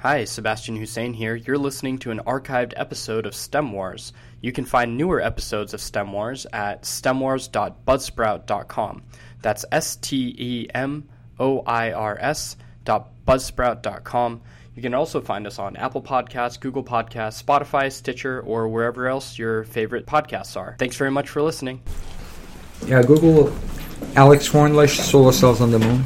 Hi, Sebastian Hussein here. You're listening to an archived episode of STEM Wars. You can find newer episodes of STEM Wars at stemwars.buzzsprout.com. That's S T E M O I R S dot buzzsprout.com. You can also find us on Apple Podcasts, Google Podcasts, Spotify, Stitcher, or wherever else your favorite podcasts are. Thanks very much for listening. Yeah, Google Alex Hornlish solar cells on the moon.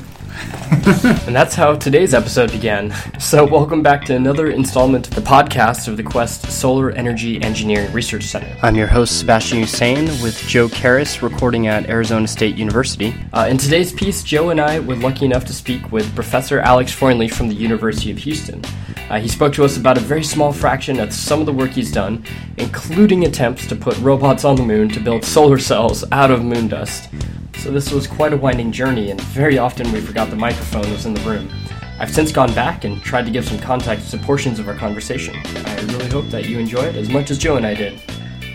And that's how today's episode began. So, welcome back to another installment of the podcast of the Quest Solar Energy Engineering Research Center. I'm your host, Sebastian Hussein, with Joe Karras, recording at Arizona State University. Uh, in today's piece, Joe and I were lucky enough to speak with Professor Alex Freundlich from the University of Houston. Uh, he spoke to us about a very small fraction of some of the work he's done, including attempts to put robots on the moon to build solar cells out of moon dust. So this was quite a winding journey, and very often we forgot the microphone was in the room. I've since gone back and tried to give some context to portions of our conversation. I really hope that you enjoy it as much as Joe and I did.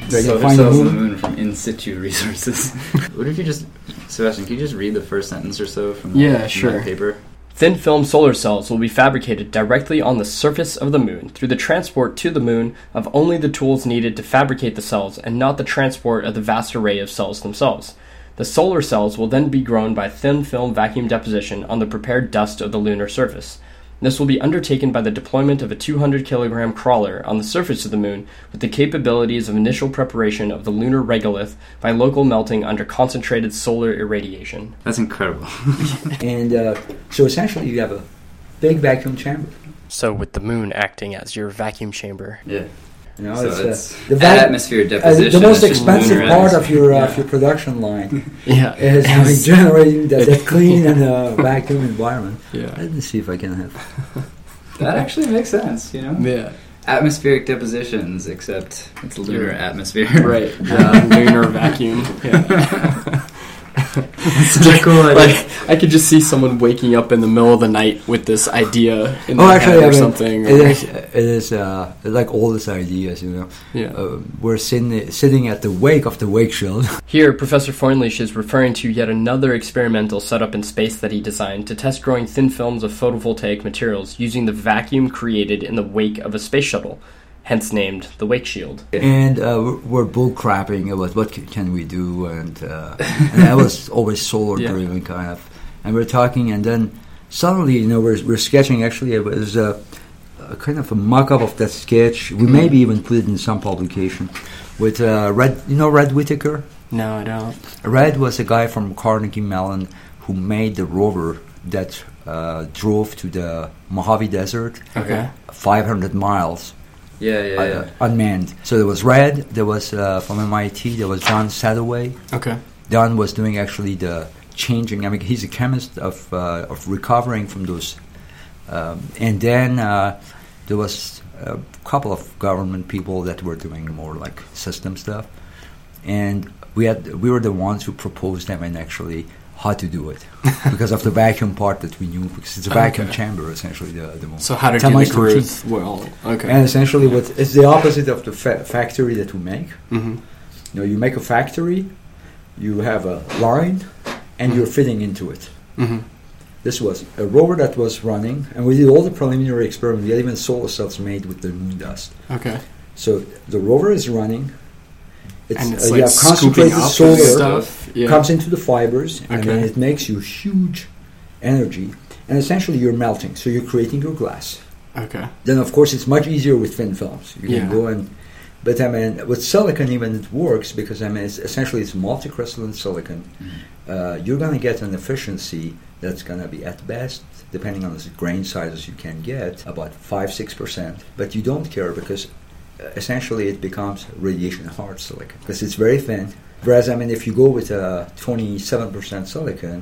They So this can find the is- moon. Cells on the moon from in situ resources. what if you just, Sebastian? Can you just read the first sentence or so from the, Yeah, from that sure. paper? Thin film solar cells will be fabricated directly on the surface of the moon through the transport to the moon of only the tools needed to fabricate the cells and not the transport of the vast array of cells themselves. The solar cells will then be grown by thin film vacuum deposition on the prepared dust of the lunar surface. This will be undertaken by the deployment of a 200 kilogram crawler on the surface of the moon with the capabilities of initial preparation of the lunar regolith by local melting under concentrated solar irradiation. That's incredible. And uh, so essentially, you have a big vacuum chamber. So, with the moon acting as your vacuum chamber. yeah. You know, so it's, it's, uh, the vac- atmosphere uh, deposition. the most it's just expensive lunar part of your uh, atmosphere. of your production line Yeah. is having generating that, that clean and uh, vacuum environment. Let me see if I can have. that actually makes sense. You know, Yeah. atmospheric depositions, except it's lunar atmosphere. Right. Yeah. Lunar vacuum. Yeah. Such a cool idea. Like I could just see someone waking up in the middle of the night with this idea in Oh, their actually, head I or mean, something. it or- is it is uh, like all these ideas. You know, yeah. uh, we're sitting sitting at the wake of the wake shield. Here, Professor Freundlich is referring to yet another experimental setup in space that he designed to test growing thin films of photovoltaic materials using the vacuum created in the wake of a space shuttle, hence named the Wake Shield. and uh, we're- we're bullcrapping about what c- can we do, and uh, and I was always solar Yeah. driven kind of, and we're talking, and then suddenly you know we're we're sketching. Actually, it was a, a kind of a mock up of that sketch. We maybe even put it in some publication with uh, Red. You know Red Whitaker. No, I don't. Red was a guy from Carnegie Mellon who made the rover that uh, drove to the Mojave Desert, Okay. 500 miles yeah, yeah, yeah. uh, unmanned. So there was Red, there was uh, from MIT, there was John Sadoway. Okay. Don was doing actually the changing. I mean, he's a chemist of uh, of recovering from those. Um, and then uh, there was a couple of government people that were doing more like system stuff, and we had we were the ones who proposed them and actually how to do it because of the vacuum part that we knew because it's a vacuum Okay. chamber essentially the the moment. So how to Tell do my the growth? Well, okay. And essentially, what it's the opposite of the fa- factory that we make. hmm You know, you make a factory, you have a line, and you're fitting into it. Mm-hmm. hmm This was a rover that was running, and we did all the preliminary experiments. We had even solar cells made with the moon dust. Okay. So the rover is running. It's, and uh, it's you like have scooping concentrated up solar stuff. Yeah. comes into the fibers, and then Okay. it makes you huge energy. And essentially, you're melting, so you're creating your glass. okay. Then, of course, it's much easier with thin films. You Yeah. can go and, but I mean, with silicon even it works because I mean, it's essentially it's multicrystalline silicon. Uh, you're going to get an efficiency that's going to be at best, depending on the grain sizes you can get, about five six percent. But you don't care because uh, essentially it becomes radiation hard silicon because it's very thin. Whereas I mean, if you go with a twenty seven percent silicon.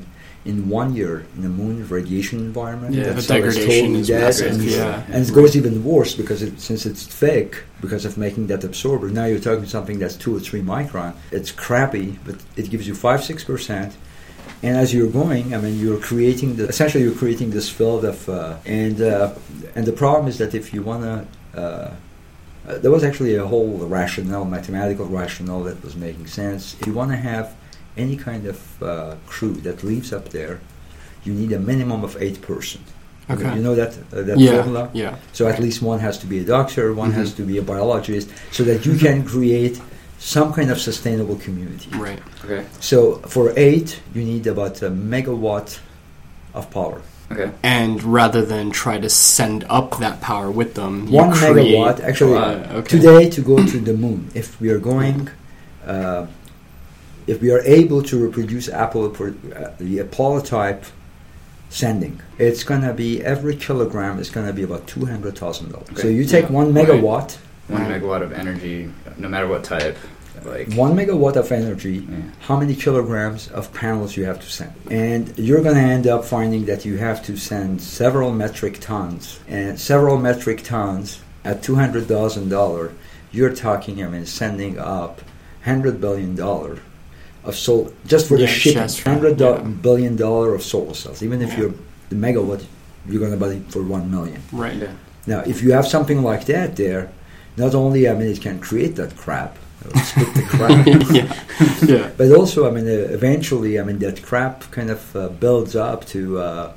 In one year, in a moon radiation environment, Yeah, that the cell is degradation totally is dead massive. and Yeah. and it goes even worse because it, since it's thick, because of making that absorber, now you're talking something that's two or three micron. It's crappy, but it gives you five, six percent. And as you're going, I mean, you're creating the essentially you're creating this field of uh, and uh, and the problem is that if you wanna, uh, uh, there was actually a whole rationale, mathematical rationale that was making sense. If you wanna have any kind of uh, crew that leaves up there, you need a minimum of eight person Okay. You know that uh, that yeah. formula. Yeah. So at least one has to be a doctor, one has Mhm. to be a biologist, so that you can create some kind of sustainable community. Mm-hmm. Right. Okay. So for eight, you need about a megawatt of power. Okay. And rather than try to send up that power with them, you One create- megawatt, actually, Uh, okay. today to go to the moon. If we are going, uh, if we are able to reproduce Apollo for uh, the Apollo type sending, it's gonna be every kilogram is gonna be about two hundred thousand dollars. So Okay. you take Yeah. one Right. megawatt, One Right. megawatt of energy, no matter what type. Like. one megawatt of energy. Yeah. How many kilograms of panels you have to send, and you're going to end up finding that you have to send several metric tons, and several metric tons at two hundred thousand dollar, you're talking. I mean, sending up hundred billion dollar of solar just for the Yeah, shipping, just for- hundred do- yeah. billion dollar of solar cells. Even if Yeah. you're the megawatt, you're going to buy it for one million. Right. Yeah. Now, if you have something like that there, not only I mean it can create that crap, or spit the crap, yeah. Yeah. but also I mean uh, eventually I mean that crap kind of uh, builds up to uh,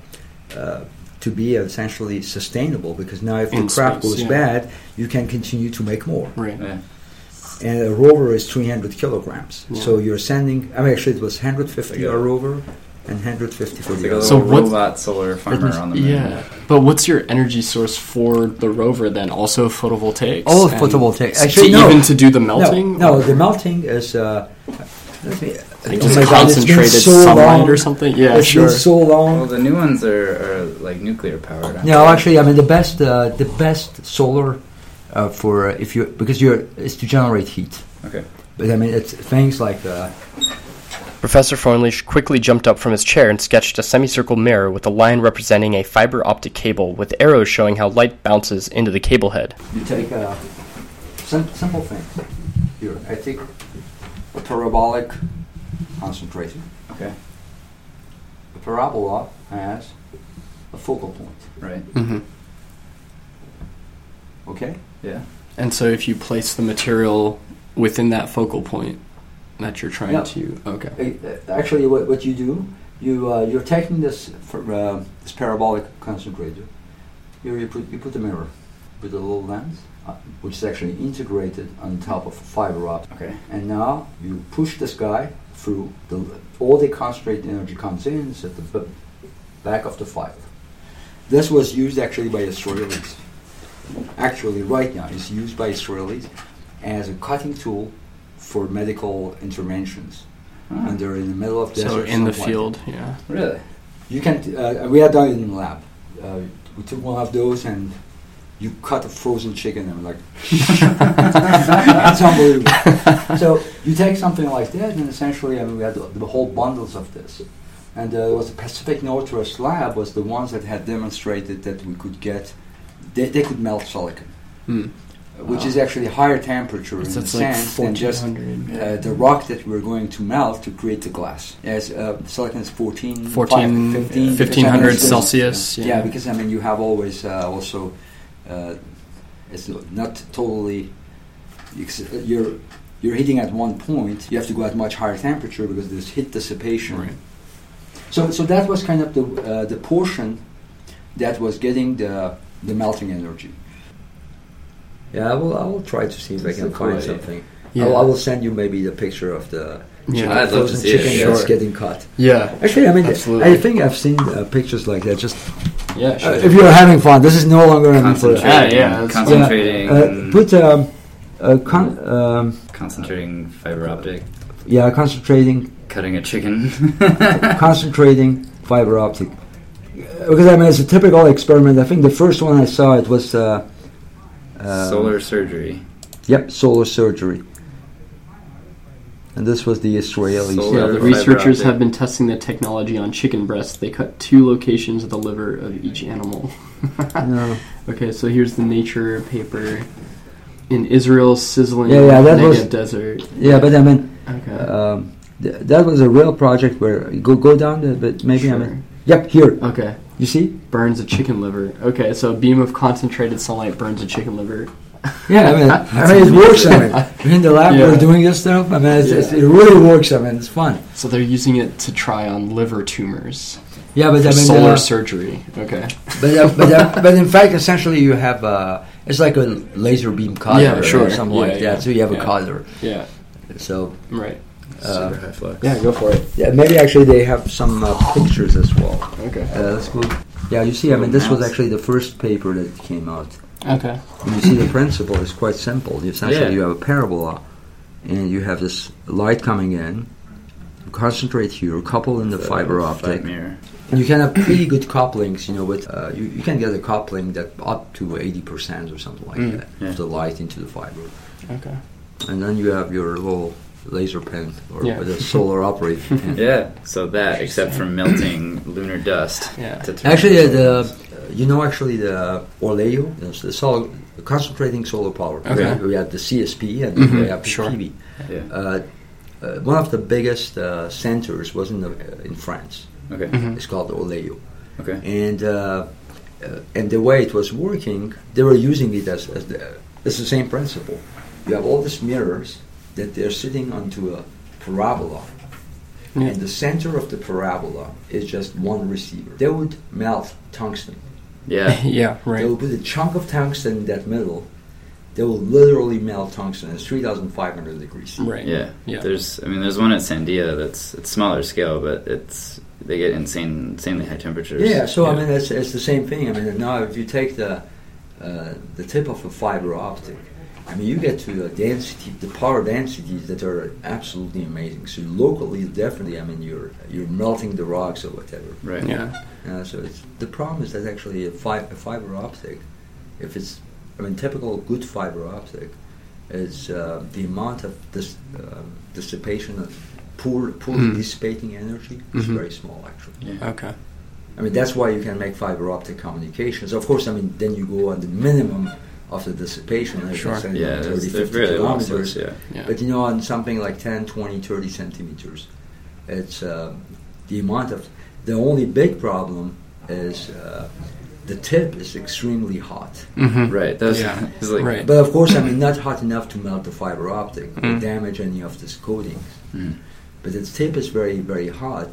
uh, to be essentially sustainable because now if In the crap space, goes yeah. bad, you can continue to make more. Right. Yeah. And a rover is 300 kilograms, Yeah. so you're sending. I mean, actually, it was 150 Like a- a rover and 150 for It's the like a other. So little what- robot solar farmer on the moon. Yeah. But what's your energy source for the rover then? Also photovoltaics? All And photovoltaic. to Actually, no. Even to do the No, melting? no or- the melting is. Uh, let me, Like oh just my God, it's been concentrated so sunlight long. or something? Yeah, it's sure. been so long. Well, the new ones are, are like nuclear powered. aren't No, they? actually, I mean the best uh, the best solar uh, for uh, if you because you're is to generate heat. Okay. But I mean it's things like uh, Professor Fornleash quickly jumped up from his chair and sketched a semicircle mirror with a line representing a fiber optic cable with arrows showing how light bounces into the cable head. you take uh, sim- simple things. Here, I take a parabolic concentration. Okay. A parabola has a focal point. Right. Mhm. Okay. Yeah. And so if you place the material within that focal point that you're trying No. to. Okay. It- uh, Actually, what, what you do, you uh, you're taking this for, uh, this parabolic concentrator. Here you put you put a mirror with a little lens, uh, which is actually integrated on top of a fiber optic. Okay. And now you push this guy through the all the concentrated energy comes in is at the b- back of the fiber. This was used actually by Israelis. Actually, right now it's used by Israelis as a cutting tool for medical interventions Oh, and they're in the middle of desert. So in the somewhere. field, yeah. really? you can. Uh, we had done it in the lab. Uh, we took one of those and you cut a frozen chicken and like it's unbelievable. so you take something like that and essentially, I mean, we had the, the whole bundles of this. And uh, it was the Pacific Northwest lab was the ones that had demonstrated that we could get they, they could melt silicon, Hmm. which Wow. is actually higher temperature in the It's like sand than just 1400. uh, the rock that we're going to melt to create the glass. Yes, uh, silicon is 14, 14, 5, 15, 1500 15. Celsius, Yeah. yeah. because I mean, you have always uh, also, uh, it's no- not totally, ex- you're, you're heating at one point, you have to go at much higher temperature because there's heat dissipation. Right. So, so that was kind of the, uh, the portion that was getting the, the melting energy. Yeah, I will, I will try to see if I That's can a cool find idea. something. Yeah. Oh, I will- I will send you maybe the picture of the Yeah. I'd love to frozen see it, chicken yeah. that's Sure. getting cut. Yeah. Actually, I mean, Absolutely. I think I've seen uh, pictures like that. Just Yeah, uh, sure. if you're having fun, this is no longer an effort. Concentrating. Mm. Uh, Ah, yeah, that's- Concentrating. put um, uh, con- um, concentrating fiber optic. yeah, concentrating, Cutting a chicken. concentrating fiber optic. Uh, Because I mean, it's a typical experiment. I think the first one I saw it was uh, um, Solar surgery. Yep, solar surgery. And this was the Israelis. Solar Yeah, the Fiber researchers optic. have been testing the technology on chicken breasts. They cut two locations of the liver of each animal. No. okay, so here's the Nature paper. In Israel's sizzling Yeah, yeah, that Negev was- desert. Yeah, but I mean, Okay. um, th- that was a real project where go go down the but maybe I sure. mean, yep, here Okay. you see. Burns a chicken liver. Okay, so a beam of concentrated sunlight burns a chicken liver. Yeah, I mean, I mean it works. I mean, in the lab we're Yeah. doing this stuff. I mean, it's, it's, Yeah. it really works. I mean, it's fun. So they're using it to try on liver tumors. Yeah, but I for mean, solar uh, surgery. Okay. but uh, but, uh, but in fact, essentially, you have uh, it's like a laser beam collar Yeah, sure. or something Yeah, like yeah, that. So you have yeah. a collar. Yeah. So Right. uh, Super high flex. Yeah. Go for it. yeah, maybe actually they have some uh, pictures as well. Okay. Uh, let's move. Yeah, you see, I mean, this was Mouse. actually the first paper that came out. Okay. And you see, the principle is quite simple. Essentially, Yeah. you have a parabola, and you have this light coming in. Concentrate here, couple in the So, fiber flat optic. mirror. You can have pretty good couplings, you know, with uh, you, you can get a coupling that up to 80% or something like Mm, that yeah. of the light into the fiber. Okay. And then you have your little laser pen or Yeah. with a solar operated pen. Yeah. So that, except for melting lunar dust. Yeah. to turn Actually, uh, into the you know actually the Orleo, the, the sol- concentrating solar power. We Okay. have- We have the CSP and Mhm, we have the sure. PV. solar. Yeah. Uh, uh, one of the biggest uh, centers was in the, uh, in France. Okay. Mhm. It's called Orleo. Okay. and uh, uh, and the way it was working, they were using it as as the, it's the same principle. You have all these mirrors that they're sitting onto a parabola, Yeah. and the center of the parabola is just one receiver. They would melt tungsten. Yeah. yeah. They Right. will put a chunk of tungsten in that middle. They will literally melt tungsten. It's three thousand five hundred degrees. Right. Yeah. Yeah. There's, I mean, there's one at Sandia that's it's smaller scale, but it's they get insane, insanely high temperatures. Yeah, so I Yeah. mean, it's, it's the same thing. I mean, now if you take the uh, the tip of a fiber optic, I mean, you get to a density, the power densities that are absolutely amazing. So locally, definitely, I mean, you're you're melting the rocks or whatever. Right. Yeah. Uh, so it's, the problem is that actually a, fi- a fiber optic, if it's, I mean, typical good fiber optic, is uh, the amount of dis- um dissipation of poor, poor Mm. dissipating energy is Mhm. very small actually. Yeah. Okay. I mean, that's why you can make fiber optic communications. Of course, I mean, then you go on the minimum of the dissipation. I Sure. think, Yeah. 30, That's, they're 50 really long kilometers. Yeah. Yeah. But you know, on something like 10, 20, 30 centimeters, it's um the amount of. The only big problem is uh, the tip is extremely hot. Mhm. Right. That's Yeah. it's like Right. But of course, I mean, not hot enough to melt the fiber optic or Mm. damage any of this coating Mm. but the tip is very very hot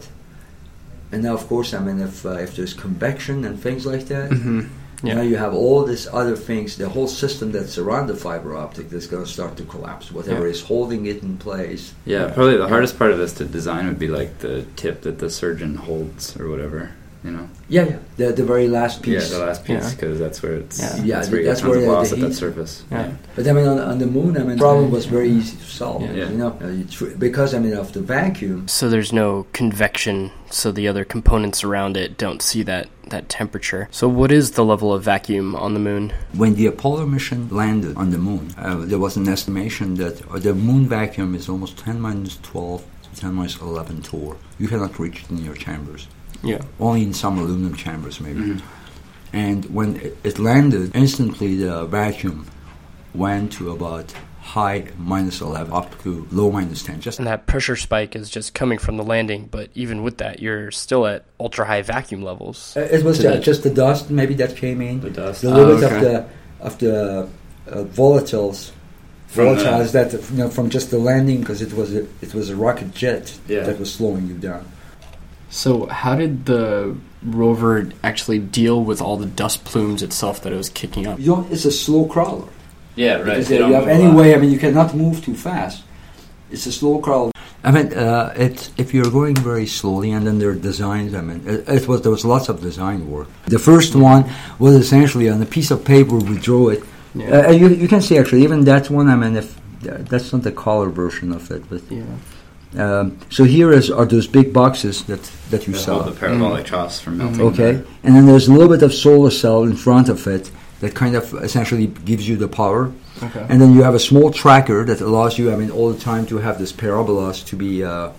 and now of course i mean if uh, if there's convection and things like that Mhm. now Yeah. you have all these other things the whole system that's around the fiber optic that's going to start to collapse whatever Yeah. is holding it in place Yeah, probably the hardest part of this to design would be like the tip that the surgeon holds or whatever, you know. yeah yeah the, the very last piece Yeah, the last Yeah. piece because that's where it's Yeah. that's Yeah, where you that's get tons where of the- loss the at that heat- surface. Yeah. but i mean on, on the moon i mean the problem was very easy to solve Yeah. you know Uh, you tr- because i mean of the vacuum So there's no convection, so the other components around it don't see that, that temperature. So what is the level of vacuum on the moon? When the Apollo mission landed on the moon, uh, there was an estimation that uh, the moon vacuum is almost 10 minus 12 to 10 minus 11 torr. You cannot reach it in your chambers, Yeah. only in some aluminum chambers, maybe. Mm-hmm. And when it, it landed, instantly the vacuum went to about high minus 11 up to low minus 10. Just And that pressure spike is just coming from the landing, but even with that, you're still at ultra high vacuum levels. Uh, It was to uh, the- just the Ah, dust, maybe that came in. The dust. a little Oh, bit okay. of the of the uh, volatiles, From the- volatiles that you know from just the landing because it was a, it was a rocket jet Yeah. that was slowing you down. So, how did the rover actually deal with all the dust plumes itself that it was kicking up? You don't, it's a slow crawler. Yeah, right. Because they you don't have move a any lot. way. I mean, you cannot move too fast. It's a slow crawl. I mean, uh, it, if you're going very slowly, and then there are designs. I mean, it, it was there was lots of design work. The first one was essentially on a piece of paper. We drew it. Yeah. Uh, you, you can see actually even that one. I mean, if that's not the color version of it, but Yeah. um, so here is are those big boxes that that you They saw. hold the parabolic troughs from melting. Okay, and then there's a little bit of solar cell in front of it that kind of essentially gives you the power. Okay. And then you have a small tracker that allows you, I mean, all the time to have this parabolas to be uh, uh,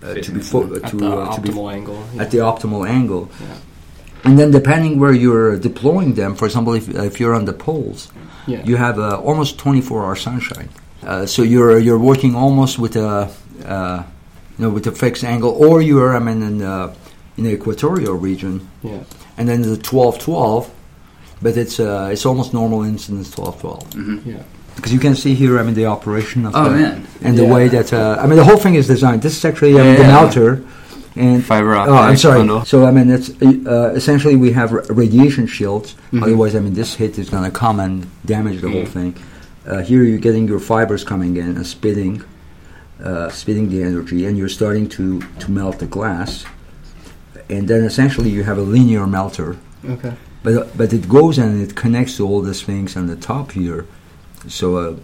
to Facing be the fo- sun. uh, At to, the uh, to be optimal angle. at the optimal angle. Yeah. And then depending where you're deploying them, for example, if, if you're on the poles, Yeah. you have uh, almost 24-hour sunshine. Uh, so you're you're working almost with a uh, you know with a fixed angle, or you are I mean in the, in the equatorial region, yeah. and then the 12-12, but it's uh, it's almost normal incidence 12-12. Mm-hmm. Yeah. Because you can see here, I mean, the operation of Oh, the, man. and the Yeah. way that uh, I mean, the whole thing is designed. This is actually I mean, Yeah, an yeah, yeah. outer, And Fiber optic. Oh, I'm sorry. bundle. So I mean, it's uh, essentially we have ra- radiation shields. Mm-hmm. Mhm. Otherwise, I mean, this hit is going to come and damage the Mm. whole thing. Uh, here, you're getting your fibers coming in and spitting, uh, spitting the energy, and you're starting to to melt the glass. And then essentially, you have a linear melter, Okay. but but it goes and it connects to all these things on the top here. So uh,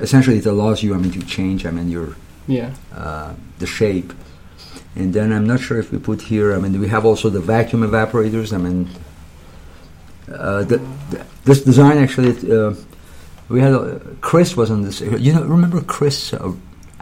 essentially, it allows you, I mean, to change, I mean, your Yeah. uh, the shape. And then I'm not sure if we put here. I mean, we have also the vacuum evaporators. I mean, uh, the, the, this design actually. it, Uh, we had a, Chris was on this. You know, remember Chris? Uh,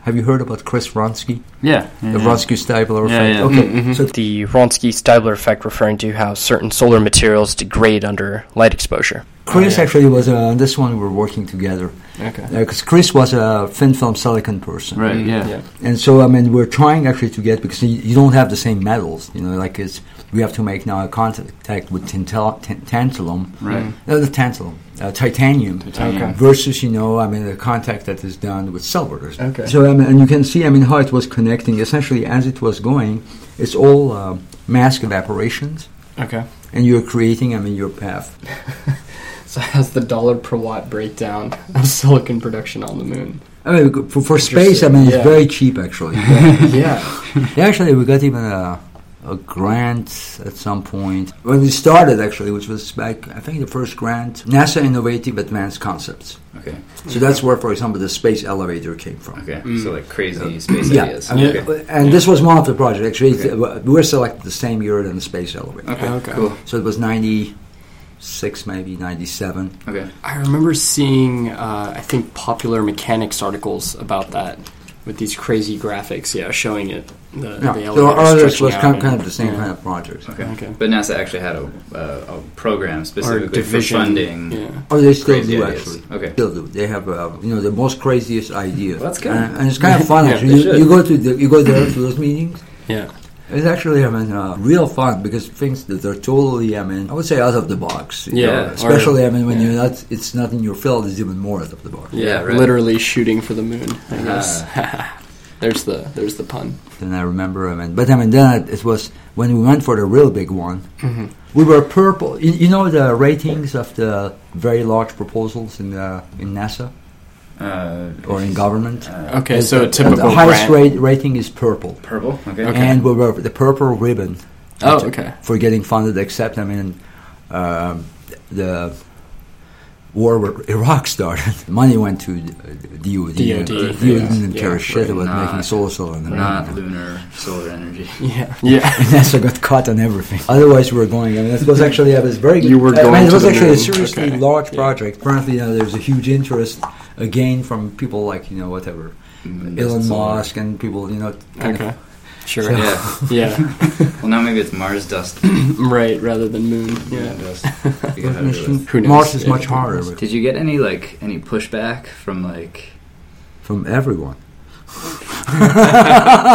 have you heard about Chris Ronsky, Yeah. yeah, the yeah. Ronsky Stiebler Mm-hmm. Yeah, effect? yeah. Okay, Mm-hmm. Mhm. so The Ronsky Stiebler effect, referring to how certain solar materials degrade under light exposure. Chris Oh, yeah. actually was uh, on this one. We were working together Okay. because Uh, Chris was a thin film silicon person. Right. Mm, Yeah. And so, I mean, we're trying actually to get because you, you don't have the same metals, you know. Like it's we have to make now a contact with tintal, t- tantalum, Right. Mm. no, the tantalum, uh, titanium, Titanium. Okay. versus you know, I mean, the contact that is done with silver. Okay. So, I mean, and you can see, I mean, how it was connecting. Essentially, as it was going, it's all uh, mask evaporations, Okay. and you're creating, I mean, your path. So how's the dollar per watt breakdown of silicon production on the moon? I mean, for, for space, I mean, it's Interesting, yeah. very cheap actually. yeah. Yeah, actually, we got even a, a grant at some point when we started, actually, which was back, I think, the first grant NASA Innovative Advanced Concepts. Okay. So that's where, for example, the space elevator came from. Okay. Mm. So like crazy space Yeah, ideas. I mean, uh, okay. and this was one of the projects. Actually, it- Okay. we were selected the same year than the space elevator. Okay, Okay. Cool. So it was ninety six, maybe ninety seven. Okay. I remember seeing, uh, I think, Popular Mechanics articles about that with these crazy graphics. Yeah, showing it. The, Yeah, the there elevator are others stretching was out kind, and- kind of the same yeah. kind of projects. Okay. Okay. But NASA actually had a, uh, a program or specifically for division. funding. Yeah. Oh, they still Crazy do ideas. actually. Okay. still do. They have uh, you know the most craziest ideas. Well, that's good. and, and it's kind of fun. Yeah, actually, they you, should. you go to the, you go there to those meetings. Yeah. It's actually I mean uh, real fun because things that are totally I mean I would say out of the box. you Yeah, know, or- especially I mean when yeah. you're not it's not in your field it's even more out of the box. Yeah, Yeah, right. Uh-huh. literally shooting for the moon. uh, I guess. there's the there's the pun. Then I remember I mean but I mean then it was when we went for the real big one. Mm-hmm. We were purple. You, you know the ratings of the very large proposals in the, in NASA Uh, or in government. uh, Okay, It's so the- a typical the highest grant. rate rating is purple. Purple. Okay. Okay. and we were the purple ribbon Oh, okay. for getting funded except i mean um, the war with iraq started money went to uh, dod DoD, Uh, dod yeah. didn't care Yeah, shit right. about Not- making solar solar in the Not moon. lunar solar energy. Yeah. Yeah. and NASA got caught on everything. Otherwise, we were going. I mean, it was actually it was very. You were I mean, going it to was the actually a moon. seriously Okay. large Yeah. project. Apparently, you know, there's a huge interest again from people like you know whatever Mm, Elon solar. Musk and people you know kind Okay. of Sure. So- Yeah. yeah. Well, now maybe it's Mars dust. Right, rather than moon. Moon Yeah. dust. We got out of it. Who knows? Mars is Yeah. much harder but- Did you get any like any pushback from like from everyone.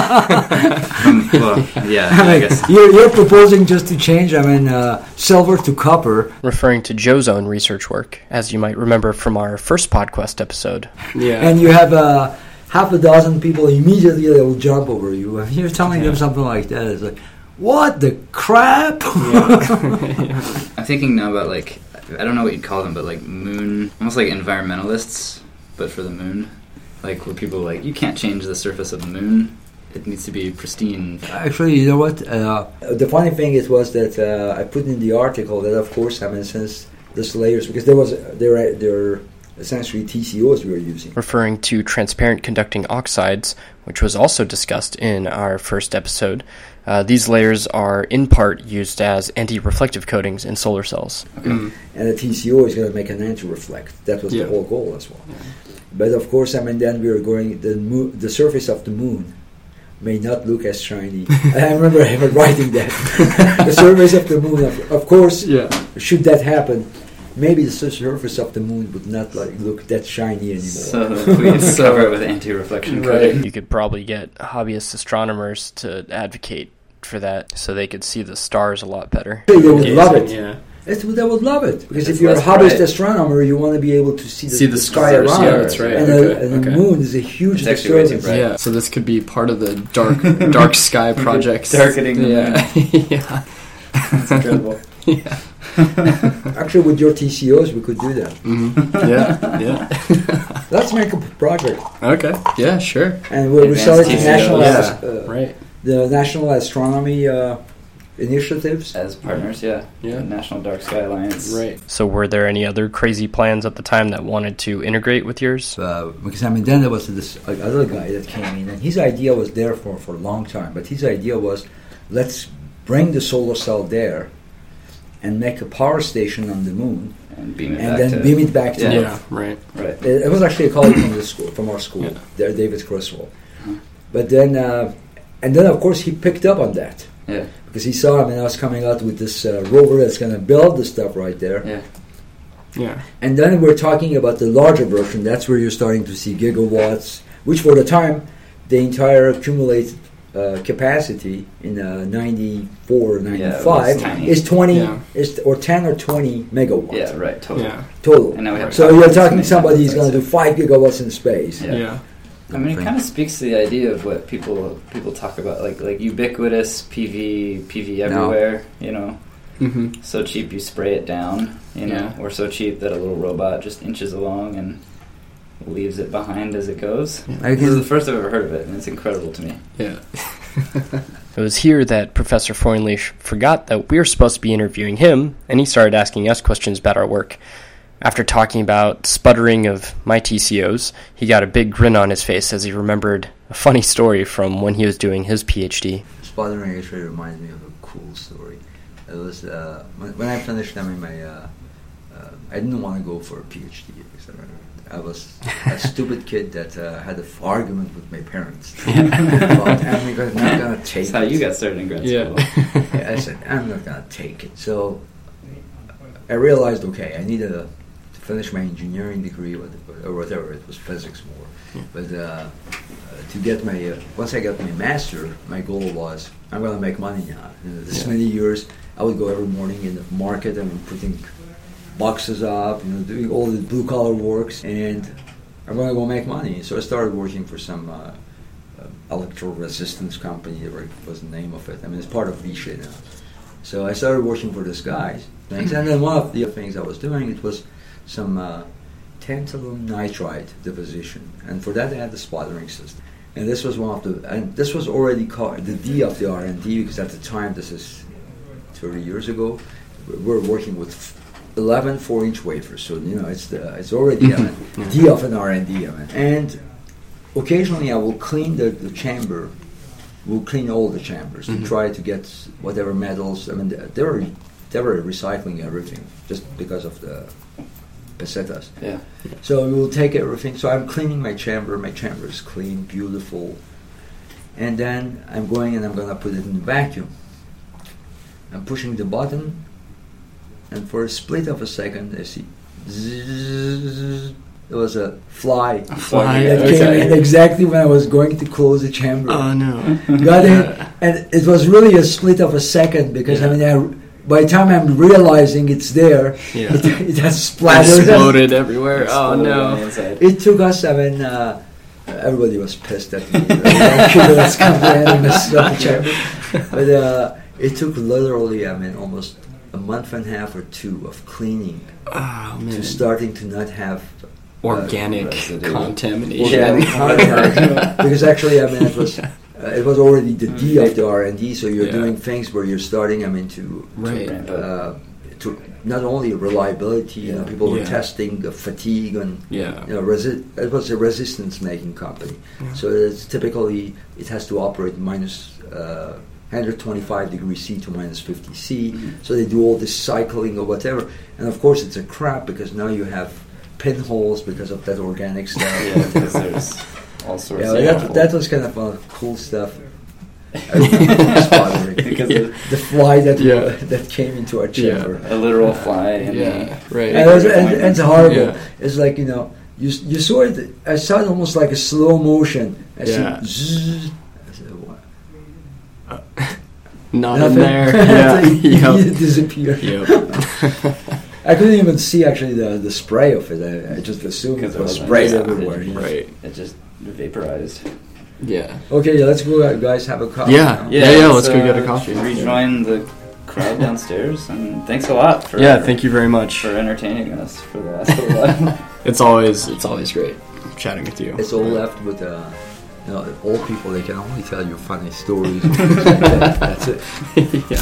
from well yeah I I mean, guess you're, you're proposing just to change, I mean, uh, silver to copper. Referring to Joe's own research work, as you might remember from our first PodQuest episode. Yeah. And you have uh, half a dozen people immediately that will jump over you. And you're telling them Yeah. something like that. It's like, what the crap? yeah. I'm thinking now about like I don't know what you'd call them but like moon almost like environmentalists but for the moon like where people like you can't change the surface of the moon it needs to be pristine Actually, you know what? Uh, the funny thing it was that uh, I put in the article that, of course, I mean, since this layers, because there was, there, there essentially TCOs we were using. referring to transparent conducting oxides, which was also discussed in our first episode. Uh, these layers are in part used as anti reflective coatings in solar cells. Mm. and the TCO is going to make an anti reflect. That was Yeah. the whole goal as well. But of course, I mean, then we were going, the, mo- the surface of the moon may not look as shiny. I remember I was writing that. the surface of the moon, of, of course, Yeah. should that happen, maybe the sur- surface of the moon would not like look that shiny anymore. so we had to cover it with anti-reflection Right. coating You could probably get hobbyist astronomers to advocate for that so they could see the stars a lot better. they would love it. Yeah. It, would- I would love it because It's if you're a less hobbyist bright. astronomer, you want to be able to see the, See the sky stars, around. yeah, that's right, And, okay, a, and okay. the moon is a huge It's actually way too disturbance. bright. Yeah, so this could be part of the dark dark sky projects. Darkening the yeah, yeah. It's incredible. Actually, with your TCOs, we could do that. Mhm. yeah, yeah. Let's make a project, Okay, yeah, sure, and we'll we sell it to Advanced national TCOs. as- uh, right, the national astronomy uh, initiatives. As partners, yeah. Yeah. The National Dark Sky Alliance. right. So, were there any other crazy plans at the time that wanted to integrate with yours? Uh, because I mean, then there was this uh, other guy that came in, and his idea was there for, for a long time. But his idea was, let's bring the solar cell there, and make a power station on the moon, And beam it and back then to, beam it back to Yeah. Earth. Yeah, right. Right. It, it was actually a colleague from the school, from our school, Yeah. there, David Criswell. Mhm. But then, uh, and then of course he picked up on that Yeah. because he saw him and I was coming out with this uh, rover that's going to build the stuff right there. Yeah. Yeah, And then we're talking about the larger version. That's where you're starting to see gigawatts, which for the time, the entire accumulated uh, capacity in uh, 94, Yeah, it 95 was tiny. is 20 Yeah. is or 10 or 20 megawatts Yeah, right, totally. yeah, total. And now we have So you're talking somebody who's going to to do five gigawatts in space. Yeah. yeah, I mean, it kind of speaks to the idea of what people people talk about, like like ubiquitous PV, PV everywhere. You know, hmm so cheap you spray it down. You know, Yeah. or so cheap that a little robot just inches along and leaves it behind as it goes. I This is the can, first I've ever heard of it, and it's incredible to me. yeah. It was here that Professor Freundlich forgot that we were supposed to be interviewing him, and he started asking us questions about our work. After talking about sputtering of my TCOs, he got a big grin on his face as he remembered a funny story from when he was doing his PhD. Sputtering actually reminds me of a cool story. It was uh, when, when I finished I mean, my. Uh, uh, I didn't want to go for a PhD. Because I, I was a stupid kid that uh, had an argument with my parents. about, I'm not going to take That's how you it. got started in grad Yeah. school. I said, I'm not going to take it. So I realized, okay, I needed a, to finish my engineering degree or, or whatever. It was physics more. But uh, uh, to get my, uh, once I got my master, my goal was, I'm going to make money now. You know, this Yeah. many years, I would go every morning in the market and I'm putting boxes up, you know, doing all the blue collar works, and I'm going to go make money. So I started working for some uh, uh, electro resistance company, or it was the name of it. I mean, it's part of Vichy now. So I started working for this guy. Things. And then one of the other things I was doing, it was some uh, tantalum nitride deposition. And for that, I had the sputtering system. And this was one of the, and this was already called the D of the R&D, because at the time, this is 30 years ago, we we're working with 11 4-inch wafers. So, you know, it's, the, it's already I mean, D of an R&D. I mean. And occasionally I will clean the, the chamber we'll clean all the chambers to try to get whatever metals. I mean, they- they were they were recycling everything just because of the pesetas. Yeah. So we will take everything. So I'm cleaning my chamber. My chamber is clean, beautiful, and then I'm going and I'm gonna put it in the vacuum. I'm pushing the button, and for a split of a second, I see. Zzzz, there was a fly Fly. that Okay. came in exactly when I was going to close the chamber Oh no. got in, and it was really a split of a second because I mean, I, by the time I'm realizing it's there, Yeah. it, it has splattered. Exploded everywhere. Oh Exploded on the no. inside. It took us. I mean, uh, everybody was pissed at me. That's complaining this chamber, but uh, it took literally, I mean, almost a month and a half or two of cleaning Oh man. to starting to not have Organic Residue. contamination. Yeah, Yeah. we counted that. because actually, I mean, it was uh, it was already the D of the R and D. So you're Mm. Yeah. doing things where you're starting. I mean, to Right. Ramp up. uh, to not only reliability. You know, people were Yeah. testing the fatigue and Yeah. you know, resi- it was a resistance making company. So it's typically it has to operate minus. Uh, 125 degree C to minus 50 C, Mm-hmm. so they do all this cycling or whatever, and of course it's a crap because now you have pinholes because of that organic stuff. yeah, because there's all sorts Yeah, of that, awful- that was kind of uh, cool stuff. Spotting because of the fly that Yeah. that came into our chamber. a literal fly and Yeah. Right. And, it was, and, and it's horrible. Yeah. It's like you know, you s- you saw it. I saw it almost like a slow motion. I Yeah. see zzz. I said, what? Not in Nothing. there. They- yeah. they yep. disappear. Yep. I couldn't even see actually the, the spray of it. I, I just assumed it 'Cause it was wasn't- sprayed yeah, everywhere. it- Right. It just vaporized. Yeah. Okay, yeah, let's go, uh, guys. Have a coffee. Yeah. now. Yeah, yeah, let's go get a coffee. Rejoin the crowd downstairs, and thanks a lot for yeah. Thank you very much. for entertaining us for the last little while. It's always it's always great chatting with you. It's all left with uh, you know, old people. They can only tell you funny stories. That's it. yeah.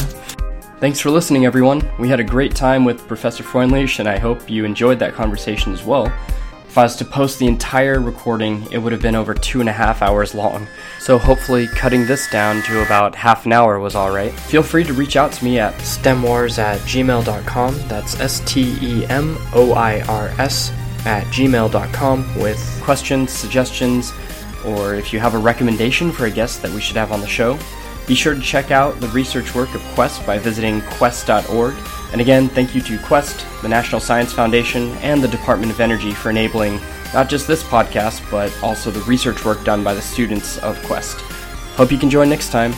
Thanks for listening, everyone. We had a great time with Professor Freundlich, and I hope you enjoyed that conversation as well. If I was to post the entire recording, it would have been over two and a half hours long. So hopefully, cutting this down to about half an hour was all right. Feel free to reach out to me at stemwars at gmail.com. That's S T E M O I R S at gmail.com with questions, suggestions, or if you have a recommendation for a guest that we should have on the show. Be sure to check out the research work of Quest by visiting quest.org. And again, thank you to Quest, the National Science Foundation, and the Department of Energy for enabling not just this podcast, but also the research work done by the students of Quest. Hope you can join next time.